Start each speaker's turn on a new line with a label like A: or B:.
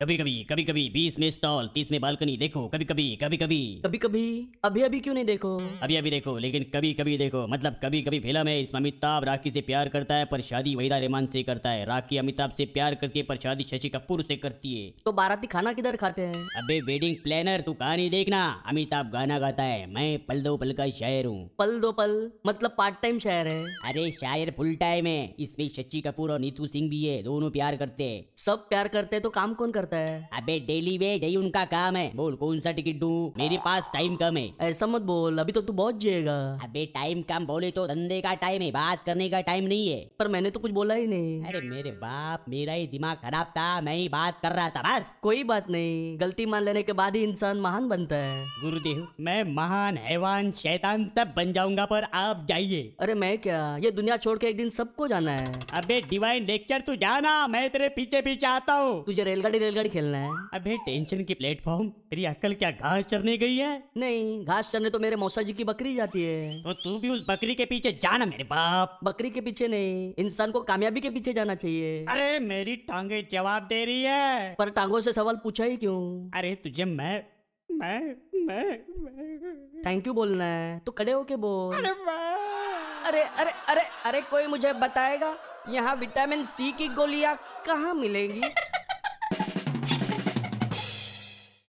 A: कभी कभी कभी कभी बीस में स्टॉल तीस में बालकनी देखो कभी कभी कभी कभी
B: कभी कभी अभी अभी क्यों नहीं देखो
A: अभी अभी देखो लेकिन कभी कभी देखो मतलब कभी कभी फिल्म है इसमें अमिताभ राखी से प्यार करता है पर शादी वहीदा रहमान से करता है राखी अमिताभ से प्यार करती है पर शादी शशि कपूर से करती है
B: तो बाराती खाना किधर खाते हैं
A: अबे वेडिंग प्लानर तू कहानी देखना अमिताभ गाना गाता है मैं पल दो पल का शायर हूँ
B: पल दो पल मतलब पार्ट टाइम शायर है
A: अरे शायर फुल टाइम है इसमें शशि कपूर और नीतू सिंह भी है दोनों प्यार करते हैं
B: सब प्यार करते हैं तो काम कौन करता है
A: अबे डेली वेज यही उनका काम है बोल कौन सा टिकट दू मेरे पास टाइम कम है
B: ऐसा मत बोल अभी तो तू बहुत जिएगा
A: अबे टाइम कम बोले तो धंधे का टाइम है बात करने का टाइम नहीं है
B: पर मैंने तो कुछ बोला ही नहीं
A: अरे मेरे बाप मेरा ही दिमाग खराब था मैं ही बात कर रहा था बस
B: कोई बात नहीं गलती मान लेने के बाद ही इंसान महान बनता है
A: गुरुदेव मैं महान हैवान शैतान सब बन जाऊंगा पर आप जाइए
B: अरे मैं क्या ये दुनिया छोड़ के एक दिन सबको जाना है
A: अबे डिवाइन लेक्चर तू जाना मैं तेरे पीछे पीछे आता हूँ
B: तुझे रेलगाड़ी रेलगाड़ी खेलना है
A: अबे टेंशन की प्लेटफॉर्म तेरी अक्कल क्या घास चरने गई है
B: नहीं घास चरने तो मेरे मौसा जी की बकरी जाती है
A: तो तू भी उस बकरी के पीछे जाना मेरे बाप
B: बकरी के पीछे नहीं इंसान को कामयाबी के पीछे जाना चाहिए
A: अरे मेरी टांगे जवाब दे रही है
B: पर टांगों से सवाल पूछा ही क्यों
A: अरे तुझे मैं मैं मैं, मैं
B: थैंक यू बोलना है तो खड़े होके बोल
A: अरे मैं
B: अरे अरे अरे अरे कोई मुझे बताएगा यहाँ विटामिन सी की गोलियाँ कहाँ मिलेंगी